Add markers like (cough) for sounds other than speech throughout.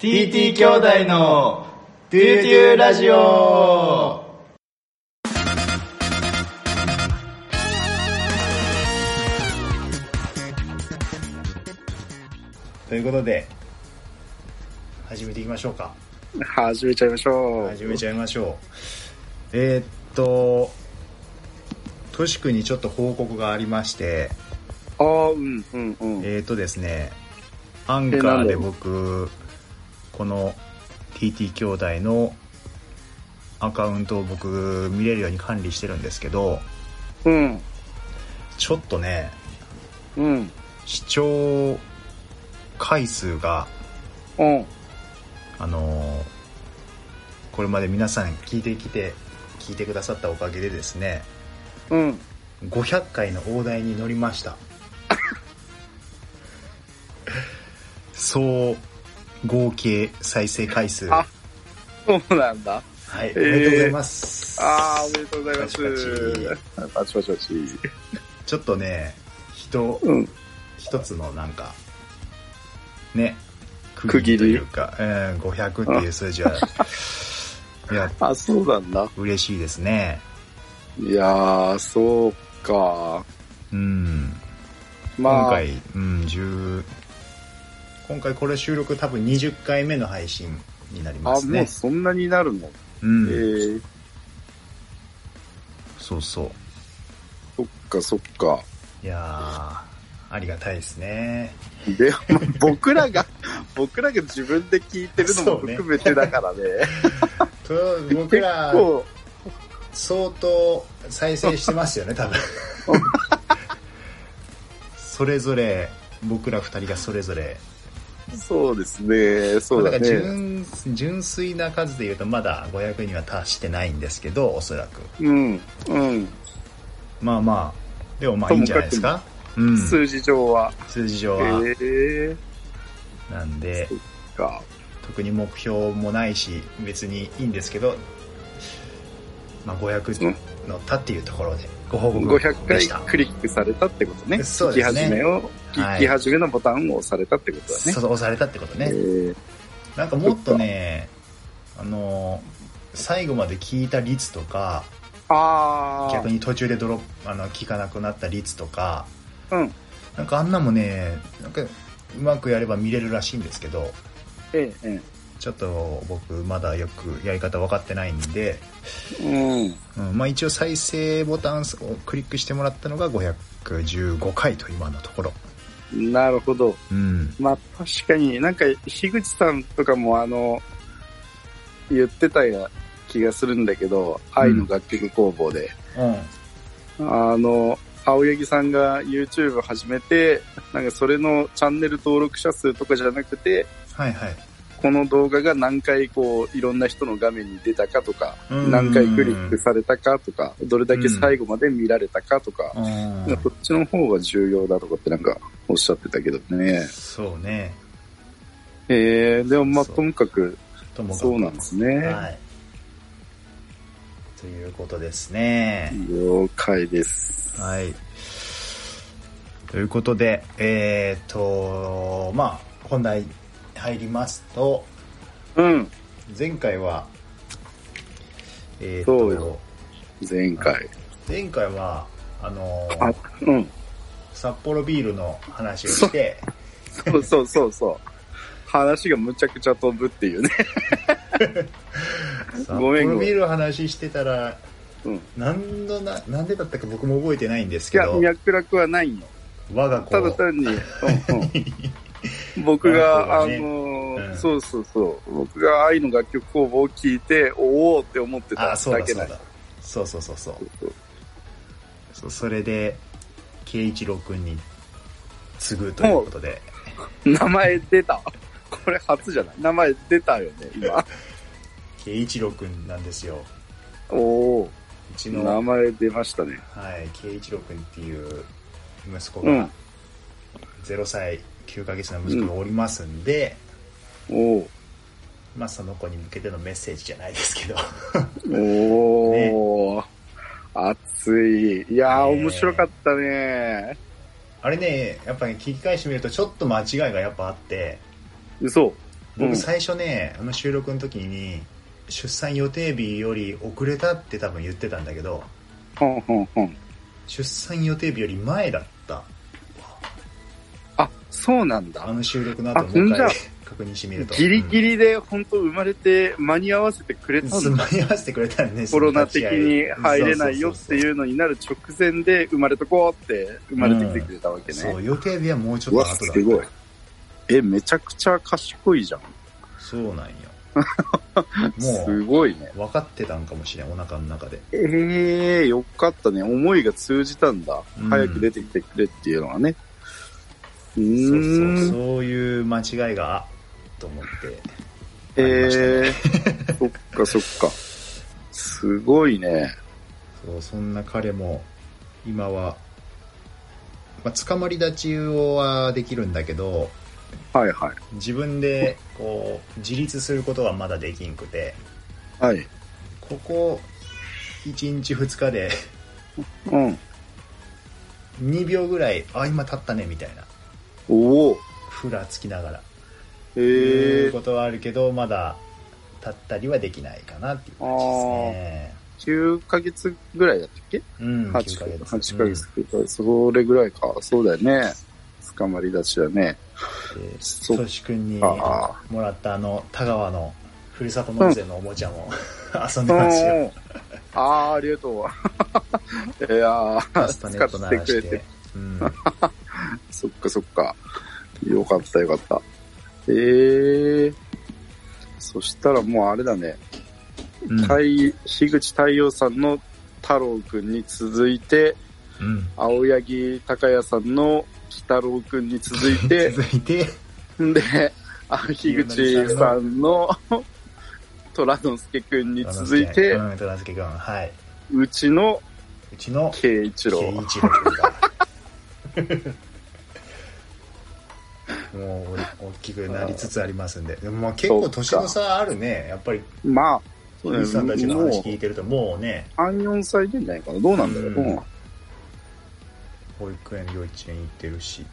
TT 兄弟のトゥートゥーラジオということで始めていきましょうか始めちゃいましょう。始めちゃいましょうえーっとトシ君にちょっと報告がありましてああ、うん、うん、うん。えーっとですねアンカーで僕この TT 兄弟のアカウントを僕見れるように管理してるんですけどうん、ちょっとねうん、視聴回数がうん。あのーこれまで皆さん聞いてきて聞いてくださったおかげでですねうん、 500回の大台に乗りましたそう合計再生回数はあそうなんだ。いおめでとうございます、ああ、おめでとうございますパチ。パチパチパチ。ちょっとね人うん、一つのなんかね区区切り切りというか、うん、500っていう数字 (laughs) はいやあ、そうなんだ。嬉しいですねいやー、そうか。うんま今あ、回、うん、10今回これ収録多分20回目の配信になりまあ、すもねうそんなになるの。うん、えー、そうそうそっかそっか。いやーありがたいです (laughs) ねで、ま (laughs) あ僕らが、僕らが自分で聞いてるのも含めてだからね。と (laughs) 僕ら結構、相当再生してます (laughs) よね多分それぞれ僕ら2人がそれぞれそうですね。そうだまあだからね。純純粋な数で言うとまだ500には達してないんですけどおそらくうん、うん。まあまあでもまあいいんじゃないですかうん、数字上は。数字上えは、ー、なんでそっか。特に目標もないし別にいいんですけど、まあ、う500ん乗ったっていうところでご報告500で回したクリックされたってことね。そうですね聞き始めを、はい聞き始めのボタンを押されたってことだね。そう押されたってことね、えーなんかもっとねあのー最後まで聞いた率とかああ。逆に途中でドロップあの聞かなくなった率とかうん。なんかあんなもねなんかうまくやれば見れるらしいんですけどええ、ちょっと僕まだよくやり方分かってないんで、ええ。うん。うんまあ、一応再生ボタンをクリックしてもらったのが515回と今のところ、なるほど。うん、まあ確かになんか、樋口さんとかもあの、言ってたような気がするんだけど、愛の楽曲工房で。うんあの、青柳さんが YouTube 始めて、なんかそれのチャンネル登録者数とかじゃなくて、はいはいこの動画が何回こういろんな人の画面に出たかとか、うん何回クリックされたかとか、どれだけ最後まで見られたかとか、うんこっちの方が重要だとかってなんかおっしゃってたけどね。そうねえー、でもまあそうともかくともかくそうなんですね。はいということですね、了解です。はいということでえっ、とまあ本題入りますとうん、前回はえっ、そうとよ前回。前回はあのーあ、うん。札幌ビールの話をしてそうそうそうそう。話がむちゃくちゃ飛ぶっていうね。札幌ごビめんごめんールの話してたらうん。何のななんでだったか僕も覚えてないんです (laughs) いけや、ど脈絡はないよ。我が子ただ単に、う (laughs) んうん、僕あが、そうだねあのーうんそうそうそう、僕が愛の楽曲工房を聞いて、おおって思ってたあそうだだけそうなんだそうそうそうそうそうそれで圭一郎君に次ぐということで名前出た。 (laughs) これ初じゃない名前出たよね、 (laughs) 今。圭一郎君なんですよおおうちの名前出ましたね。はい、圭一郎君っていう息子うがん0歳9ヶ月の息子がおりますんで、おおまあその子に向けてのメッセージじゃないですけど (laughs) おお、熱い。いやー、ね面白かったね。あれねやっぱり聞き返してみるとちょっと間違いがやっぱあって嘘。うう僕ん最初ね、あの収録の時に出産予定日より遅れたって多分言ってたんだけどほんほんほん。出産予定日より前だったあ、そうなんだあ。の収録の後あもう一じゃあ回確認してみるとギリギリ、リで本当生まれて間に合わせてくれうんたすんだ。間に合わせてくれたんですコロナ的に入れないよっていうのになる直前で生まれとこうって生まれてきてくれたわけそね。う予定日はもうちょっうとわ、後だったすごい。え、めちゃくちゃ賢いじゃん。そう (laughs) なんよすもごいね。う分かってたんかもしれんお腹の中でええよかったね。思いが通じたんだ。うん早く出てきてくれっていうのはね。うそうそうーん。そういう間違いがあと思ってえありましたねえ (laughs) そっかそっか。すごいね。そうそんな彼も今は、まあ、捕まり立ちはできるんだけどはいは自分でこう自立することはまだできんくてい。はい。ここ1日2日でうん。 2秒ぐらい「あ今立ったね」みたいなおお。ふらつきながらええいうことはあるけどまだ立ったりはできないかなっていう感じですね。 9ヶ月ぐらいだったっけうん、9 ?8 ヶヶ月。月。 8ヶ月、9ヶ月。それぐらいか。そうだよね。捕まり出しだね。うんでそっかトシ君にもらったあの田川のふるさと納税のおもちゃも (laughs) 遊んでましたよ。うんあー、ありがとう。い (laughs) やカスタネー、ット使鳴ってらしくれてて。。うん、そっかそっか。よかったよかった。えー。そしたらもうあれだね。 (laughs) うん対、樋口太陽さんの太郎くんに続いて、うん青柳高也さんの鬼太郎くんに続い (laughs) て、続いて、で、あ樋口さんの虎之介くんに続いて、うん、虎之介君、はい。うちのうちの慶一圭郎。一郎君が。もう大きくなりつつありますんで、でもまあ結構年の差あるね、やっぱりまあ、お兄さんたちのもう話聞いてるともうね3、4歳でんじゃないかな。どうなんだろう。うんうん保育園幼稚園行ってるし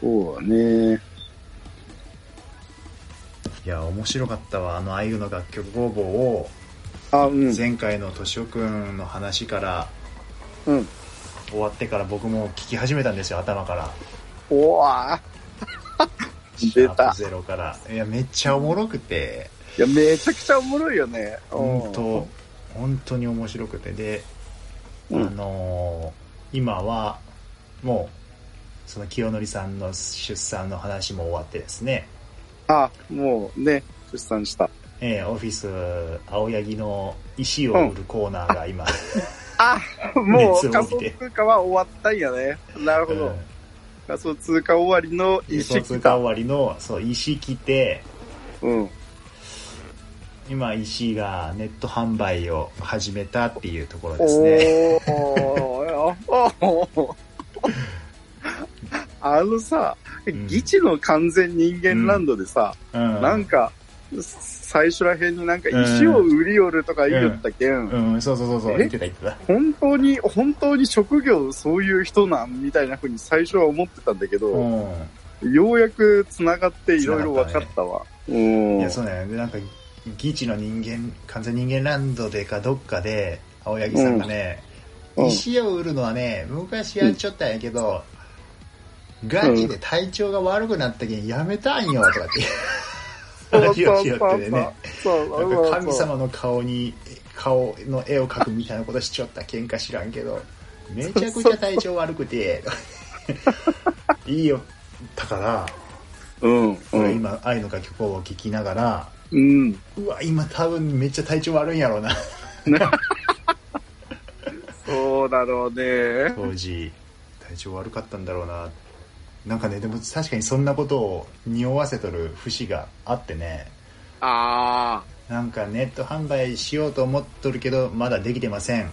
そうだね。いや面白かったわあのあゆの楽曲応募をあ、うん。前回のとしおくんの話からうん。終わってから僕も聞き始めたんですよ頭からおわ出たシャープゼロからいやめっちゃおもろくていや、めちゃくちゃおもろいよね。本当本当に面白くてで、うんあのー今はもうその清則さんの出産の話も終わってですねあ、もうね、出 (laughs) 産した。えーオフィス青柳の石を売るコーナーが今、 (laughs) あ、も熱うを仮帯びて想通貨は終わったんやね。なるほど。仮想通貨終わりのうん、意そう識通だ貨。終わりのそう石来てうん。今石がネット販売を始めたっていうところですおねーおーおーあのさ、ん議事の完全人間ランドでさ、うんなんか、最初らへんになんか石を売り寄るとか言いよったけん、うんそうそうそうそうえ言ってた言ってた本当に、本当に職業そういう人なんみたいな風に最初は思ってたんだけうど、んようやく繋がっていろいろ分かったわ。うんいやそうだよねでなんかギチの人間完全人間ランドでかどっかで青柳さんがね、うん石を売るのはね昔やっちゃったんやけど、ガチで体調が悪くなったけんやめたんよとかって話をしよってねそうなそんうそうか神様の顔に顔の絵を描くみたいなことしちゃった喧嘩知らんけどめちゃくちゃ体調悪く (laughs) ていいよだからうん。俺今愛の楽曲を聴きながらうん。うわ今多分めっちゃ体調悪いんやろうなそうだろうね。当時体調悪かったんだろうななんかねでも確かにそんなことを匂わせとる節があってねあなんかネット販売しようと思っとるけどまだできてません、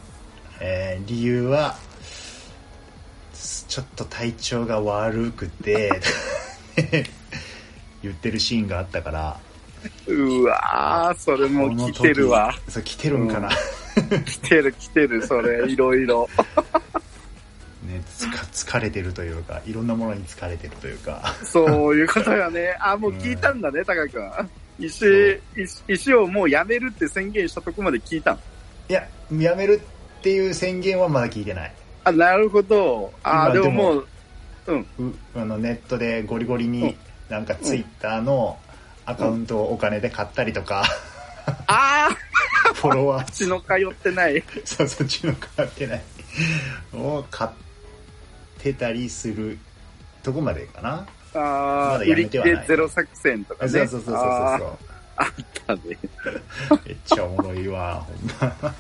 えー理由はちょっと体調が悪くて (laughs) 言ってるシーンがあったからあ。うわー、それも来てるわこ。の時そう来てるんかな、 (laughs) 来てる来てる、それ、いろいろ。ね使っ疲れてるというか、いろんなものに疲れてるというか、そういうことよね。あ、もう聞いたんだね、高木は。石、石石をもうやめるって宣言したとこまで聞いたのいや、やめるっていう宣言はまだ聞いてない。あ、なるほど。まあ、あでももでう、うん。うあのネットでゴリゴリうんに、なんかツイッターのアカウントをお金で買ったりと (laughs) か、ああ、フォロワー、血の通ってない。そうそっちの買ってない、を買ってたりするとこまでかな。あまあ、だ売やりめて切はないれゼロ作戦とかそうね。そうそうそうあそう。ーあったね。めっちゃおもろいわ、ほんま。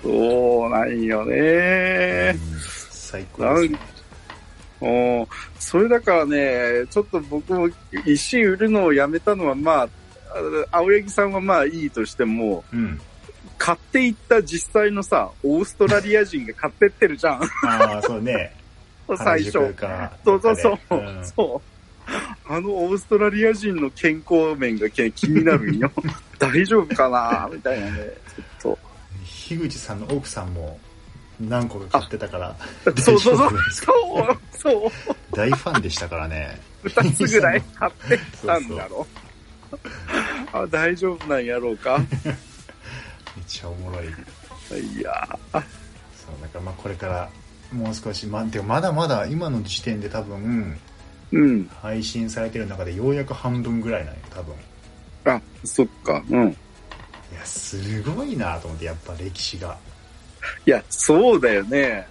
そうなんよね。最高ですね。おーそれだからね、ちょっと僕も石売るのをやめたのは、まあ、あ青柳さんはまあいいとしても、うん。買っていった実際のさ、オーストラリア人が買ってってる (laughs) じゃん、ああ、そうね。 (laughs) 最原初宿。かそうそうそうどっかで。んそう。あのオーストラリア人の健康面が気になるん (laughs) よ。大丈夫かなみたいなね。ちょっ樋口さんの奥さんも何個か買ってたから、と。そうそう大そ丈夫う。ですそう、そう。大ファンでしたからね。二つぐらい買ってきたんだろう。あ、大丈夫なんやろうか。めっちゃおもろい。いやそう、なんかまあこれから、もう少し、まあ、でもまだまだ今の時点で多分、ーうん。配信されてる中でようやく半分ぐらいなんよ、多分。あ、そっか。うん。いや、すごいなと思って、やっぱ歴史が。いや、そうだよね。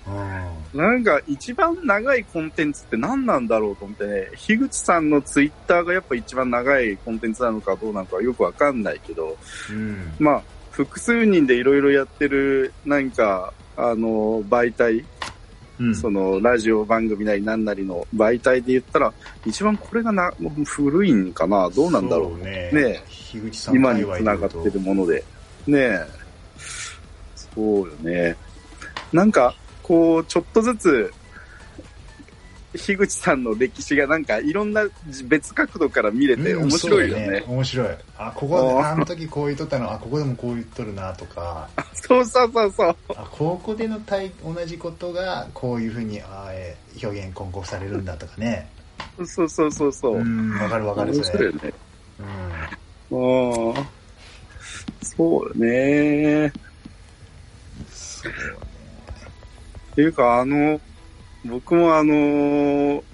うん。なんか一番長いコンテンツって何なんだろうと思ってね、樋口さんのツイッターがやっぱ一番長いコンテンツなのかどうなのかよくわかんないけど、うん。まあ、複数人でいろいろやってる、なんか、あの、媒体、うん、その、ラジオ番組なり何なりの媒体で言ったら、一番これがな、もう古いんかなどうなんだろうそね。ねえ樋口さん今に界隈繋がってるもので。ねえ。そうよね。なんか、こう、ちょっとずつ、樋口さんの歴史がなんかいろんな別角度から見れうんて面白いよそうだね。面白い。あ、ここおで、あの時こう言っとったの、あ、ここでもこう言っとるなとか、そうそうそうそう。あ、ここでの対同じことが、こういうふうに、あえー表現混合されるんだとかね。そうそうそうそう。うん、わかるわかる、面そ白いれ。よね。うん。うん。そうよね。そうね。っていうか、あの、僕もあの、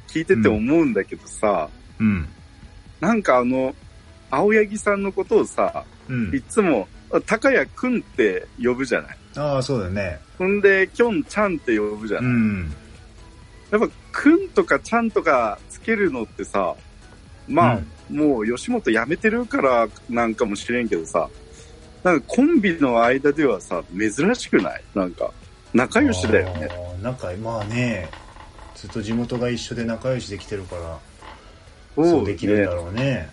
聞いてて思うんだけどさ、うん。なんかあの、青柳さんのことをさ、ういん。つも、あ高谷くんって呼ぶじゃない。ああ、そうだね。ほんで、きょんちゃんって呼ぶじゃうない。ん。やっぱ、くんとかちゃんとかつけるのってさ、まあ、もう吉本辞めてるからなんかもしれんけどさ、なんかコンビの間ではさ、珍しくないなんか、仲良しだよね。あー。仲良い、まあね、ずっと地元が一緒で仲良しできてるから、そうできるんだろうね。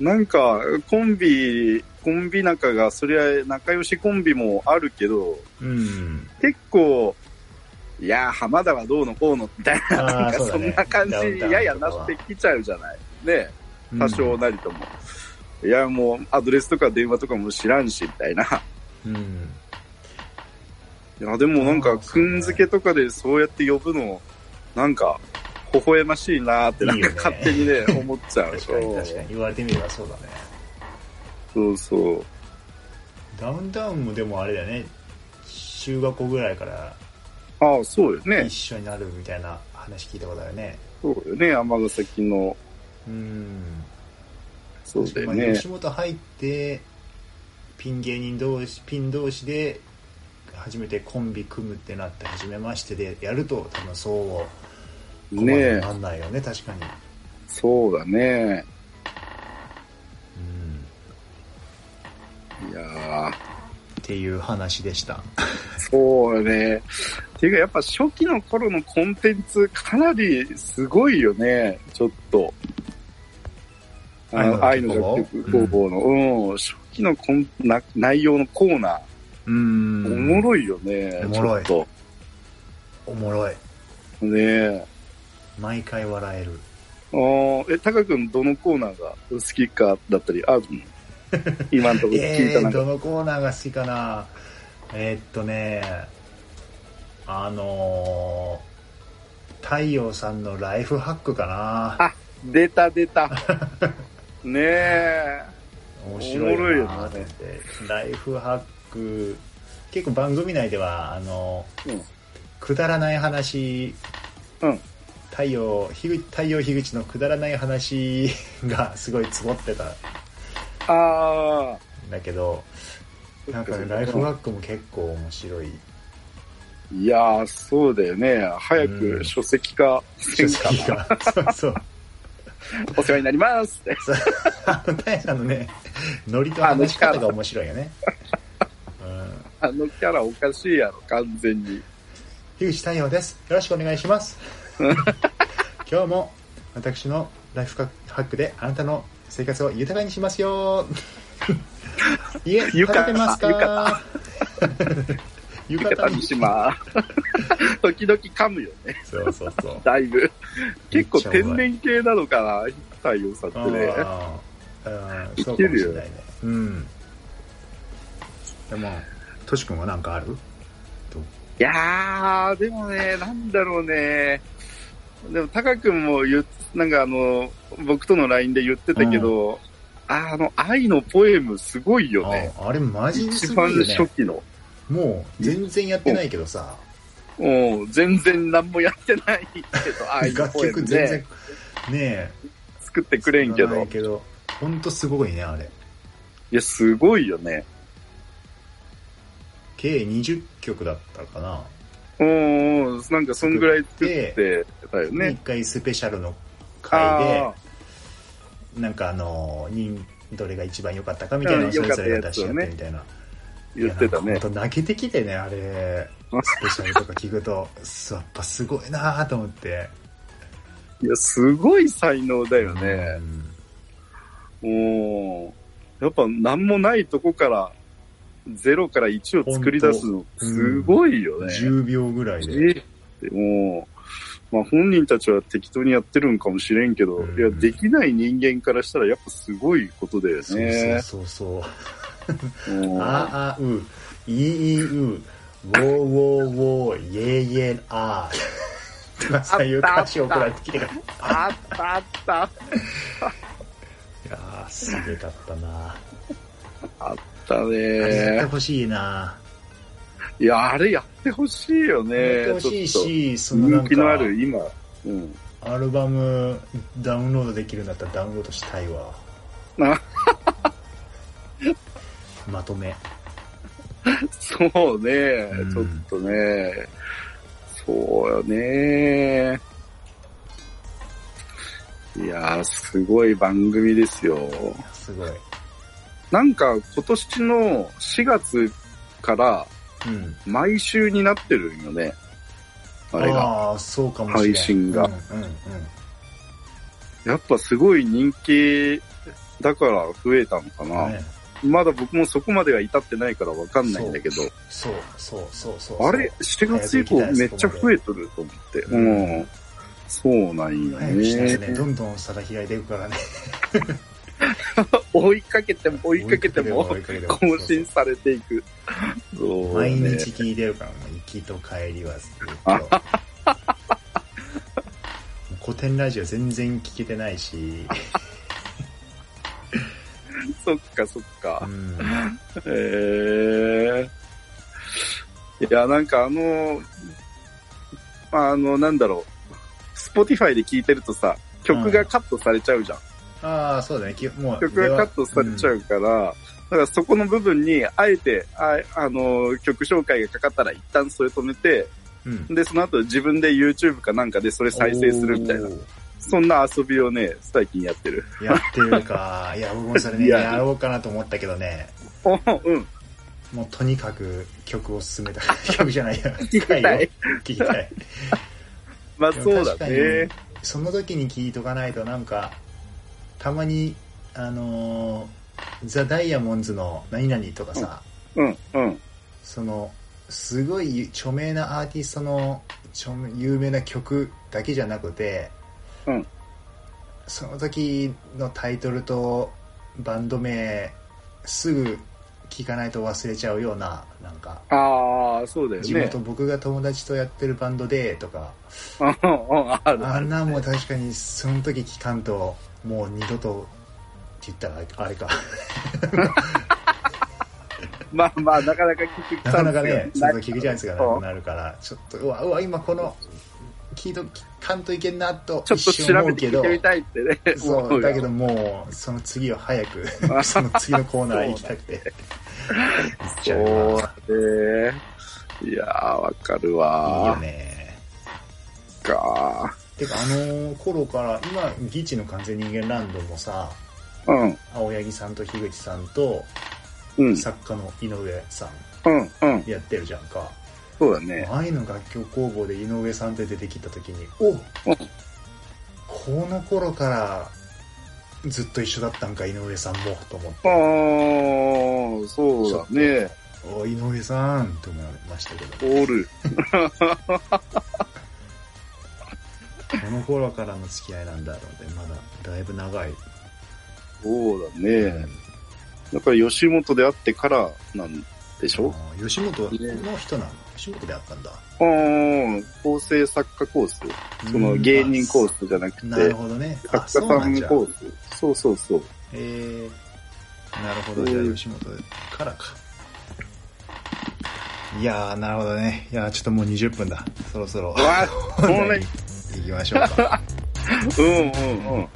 なんか、コンビ、コンビ仲が、そりゃ仲良しコンビもあるけど、うん。結構、いやー、浜田はどうのこうのみたいな、あーなんかそうそだねんな感じにややダなウンタウンとかはってきちゃうじゃない。ねうん多少なりとも。いや、もう、アドレスとか電話とかも知らんし、みたいな。 (laughs) いうん。や、でもなんあか、ーそうくねんづけとかでそうやって呼ぶの、なんか、微笑ましいなーって、なんいいよかね勝手に (laughs) ね、思っちゃう。確かに確かに。言われてみればそうだね。そうそう。ダウンタウンもでもあれだよね中学校ぐらいからああ、そうよね一。緒になるみたいな話聞いたことあるねそうよね、尼崎の。うんそうだよまあね吉。本入ってピン芸人同士ピン同士で初めてコンビ組むってなって初めましてでやると多分そうここまねでえ、なんないよね確かにそうだね。うんいやー。っていう話でしたそうね。ていうか、やっぱ初期の頃のコンテンツ、かなりすごいよね、ちょっと。あの愛愛のの楽楽曲曲工工房房の、うん、初期のコンな内容のコーナー、うんおもろいよね、おもろいちょおもろいっと。ねえ。毎回笑えるあーえ、タカ君、どのコーナーが好きかだったり、ある (laughs) の今のところ聞いえたー、なんか、どのコーナーが好きかなえーっとねあの太陽さんのライフハックかあ出た出 (laughs) た。ねえ。な面白いおもろいよななと思って、ライフハック結構番組内ではあのうん。くだらない話、うん太陽ひぐ太陽樋口のくだらない話 (laughs) がすごい積もってたんあだけどあ。なんかライフハックも結構面白いいやー、そうだよね。早うんく書籍化せ書んか籍がそうそうお世話になりますって。そうあの太陽さんのねノリと話し方が面白いよね、うん、あのキャラおかしいやろ、完全に。樋口太陽ですよろしくお願いします (laughs) 今日も私のライフハックであなたの生活を豊かにします (laughs) よ家食べ浴衣てますか (laughs) 浴受けた衣りにしま (laughs) ー。時々噛むよね、そうそうそうだいぶ。結構めっちゃう天まい然系なのかな、太陽さんってね。あーうんそうかもしれないねうんでもとし君は何かあるいやー、でもね、なんだろうね。でも、タカ君も言っ、なんかあの、僕との LINE で言ってたけど、あーあの、愛のポエムすごいよね。ああれマジです一ご番いよ初ね期の。もう全然やってないけどさうん、全然何もやってないけ (laughs) ど、愛の楽ポエム曲全ね然、ねえ作ってくれん知けらなど。いけど本当すごいねあれいや、すごいよね。計20曲だったかな、うん、なんかそんぐらい作ってたよね、ね1。回スペシャルのあ回でなんかあの人どれが一番良かったかみたいなのうをんそれぞれが出し合っ良かったやてつをねみたいな、ー言ってたいやなねんか。ほんと泣けてきてねあれスペシャルとか聞くとすやっぱすごいなと思っていや、すごい才能だよね。うんおやっぱ何もないとこから0から1を作り出すのすごいよね。 10秒ぐらいで、えってもう、まあ本人たちは適当にやってるんかもしれんけど、うんいや、できない人間からしたらやっぱすごいことだよね。そうそうそうそううんああういいうウォーウォーウォーイェイイェイあーとかさいう歌詞を送られてきてからあったあったいやーすげかったな、あったあれやってね。ほしいないや、あれやってほしいよね。やってほしいちょっとしそのな人ん気のあかる今。うん。アルバムダウンロードできるんだったらダウンロードしたいわなまとめそうね、んちょっとね、そうよね。いやー、すごい番組ですよ。すごいなんか今年の4月からうん毎週になってるんよね。あれが。ああーそうかもしれない配信がうんうんうんやっぱすごい人気だから増えたのかな。ねまだ僕もそこまでは至ってないからわかんないんだけど、そうそうそうそうあれ ?4 月以降めっちゃ増えとると思って。うんうん。そうなんよ早くしたらねね。どんどん差が開いていくからね追いかけて (laughs) も追いかけても追いかけても追い更かけて新もされていく。そう毎ね日聞いてるからもう行きと帰りはず (laughs) っともう古典ラジオ全然聞けてないし、そっかそっうか。ん、へえいや、なんかあの、まあ、あの、なんだろう。スポティファイで聞いてるとさ、曲がカットされちゃうじゃん。ああそうだねきもう曲がカットされちゃうから、だからそこの部分に、あえて、ああの、曲紹介がかかったら一旦それ止めて、うん、うんで、その後自分で YouTube かなんかでそれ再生するみたいなお。ーそんな遊びをね、最近やってる。 (laughs) やってるかいや僕もそれねいややろうかなと思ったけどねおうん。もうとにかく曲を進めた (laughs) 曲じゃないや聞きたい聞きたいまあそうだね確。その時に聞いとかないとなんかたまにあのーザ・ダイヤモンズの何々とかさ、うん、うん。そのすごい著名なアーティストの著名有名な曲だけじゃなくて、うんその時のタイトルとバンド名すぐ聞かないと忘れちゃうようななんかああ、そうだよ地ね元、。僕が友達とやってるバンドでとかうんうんあるあんなもん確かにその時聞かんともう二度とって言ったらあれ (laughs) かまあまあ、なかなか聞くなかなかねチそャンスがの時聞くチャンスがなくなるからちょっとうわうわ今この聞いと聞かんといけんなとちょっ一と瞬調思べうてけ聞いどてみたいってね。思そうようだけどもうその次を早 (laughs) くその次のコーナー行きたくて行っちゃうそうなだね。いやー、わか (laughs) るいいよわねー。かてかあの頃から今ギチの完全人間ランドもさうん、青柳さんと樋口さんとうん、作家の井上さんうん、うん。やってるじゃんかそうだね。前の楽曲工房で井上さんって出てきた時におこの頃からずっと一緒だったんか井上さんもと思っあてー、そうだね。お井上さんと思いましたけどおる。この頃からの付き合いなんだろうねまだだいぶ長い、そうだうね。んだから吉本であってからなんでしょあー吉本の人なの吉本であったんだあー、構成作家コース。その芸人コスースじゃなくなてる、ほどね。あ、そ作家うさなんんじゃ。コース。そうそうそう。えー、なるほど。じゃあ、吉本からか。いやー、なるほどね。いやー、ちょっともう20分だ。そろそろ。わあ、もう本題ねに、行きましょうか。嗯うんうんうん。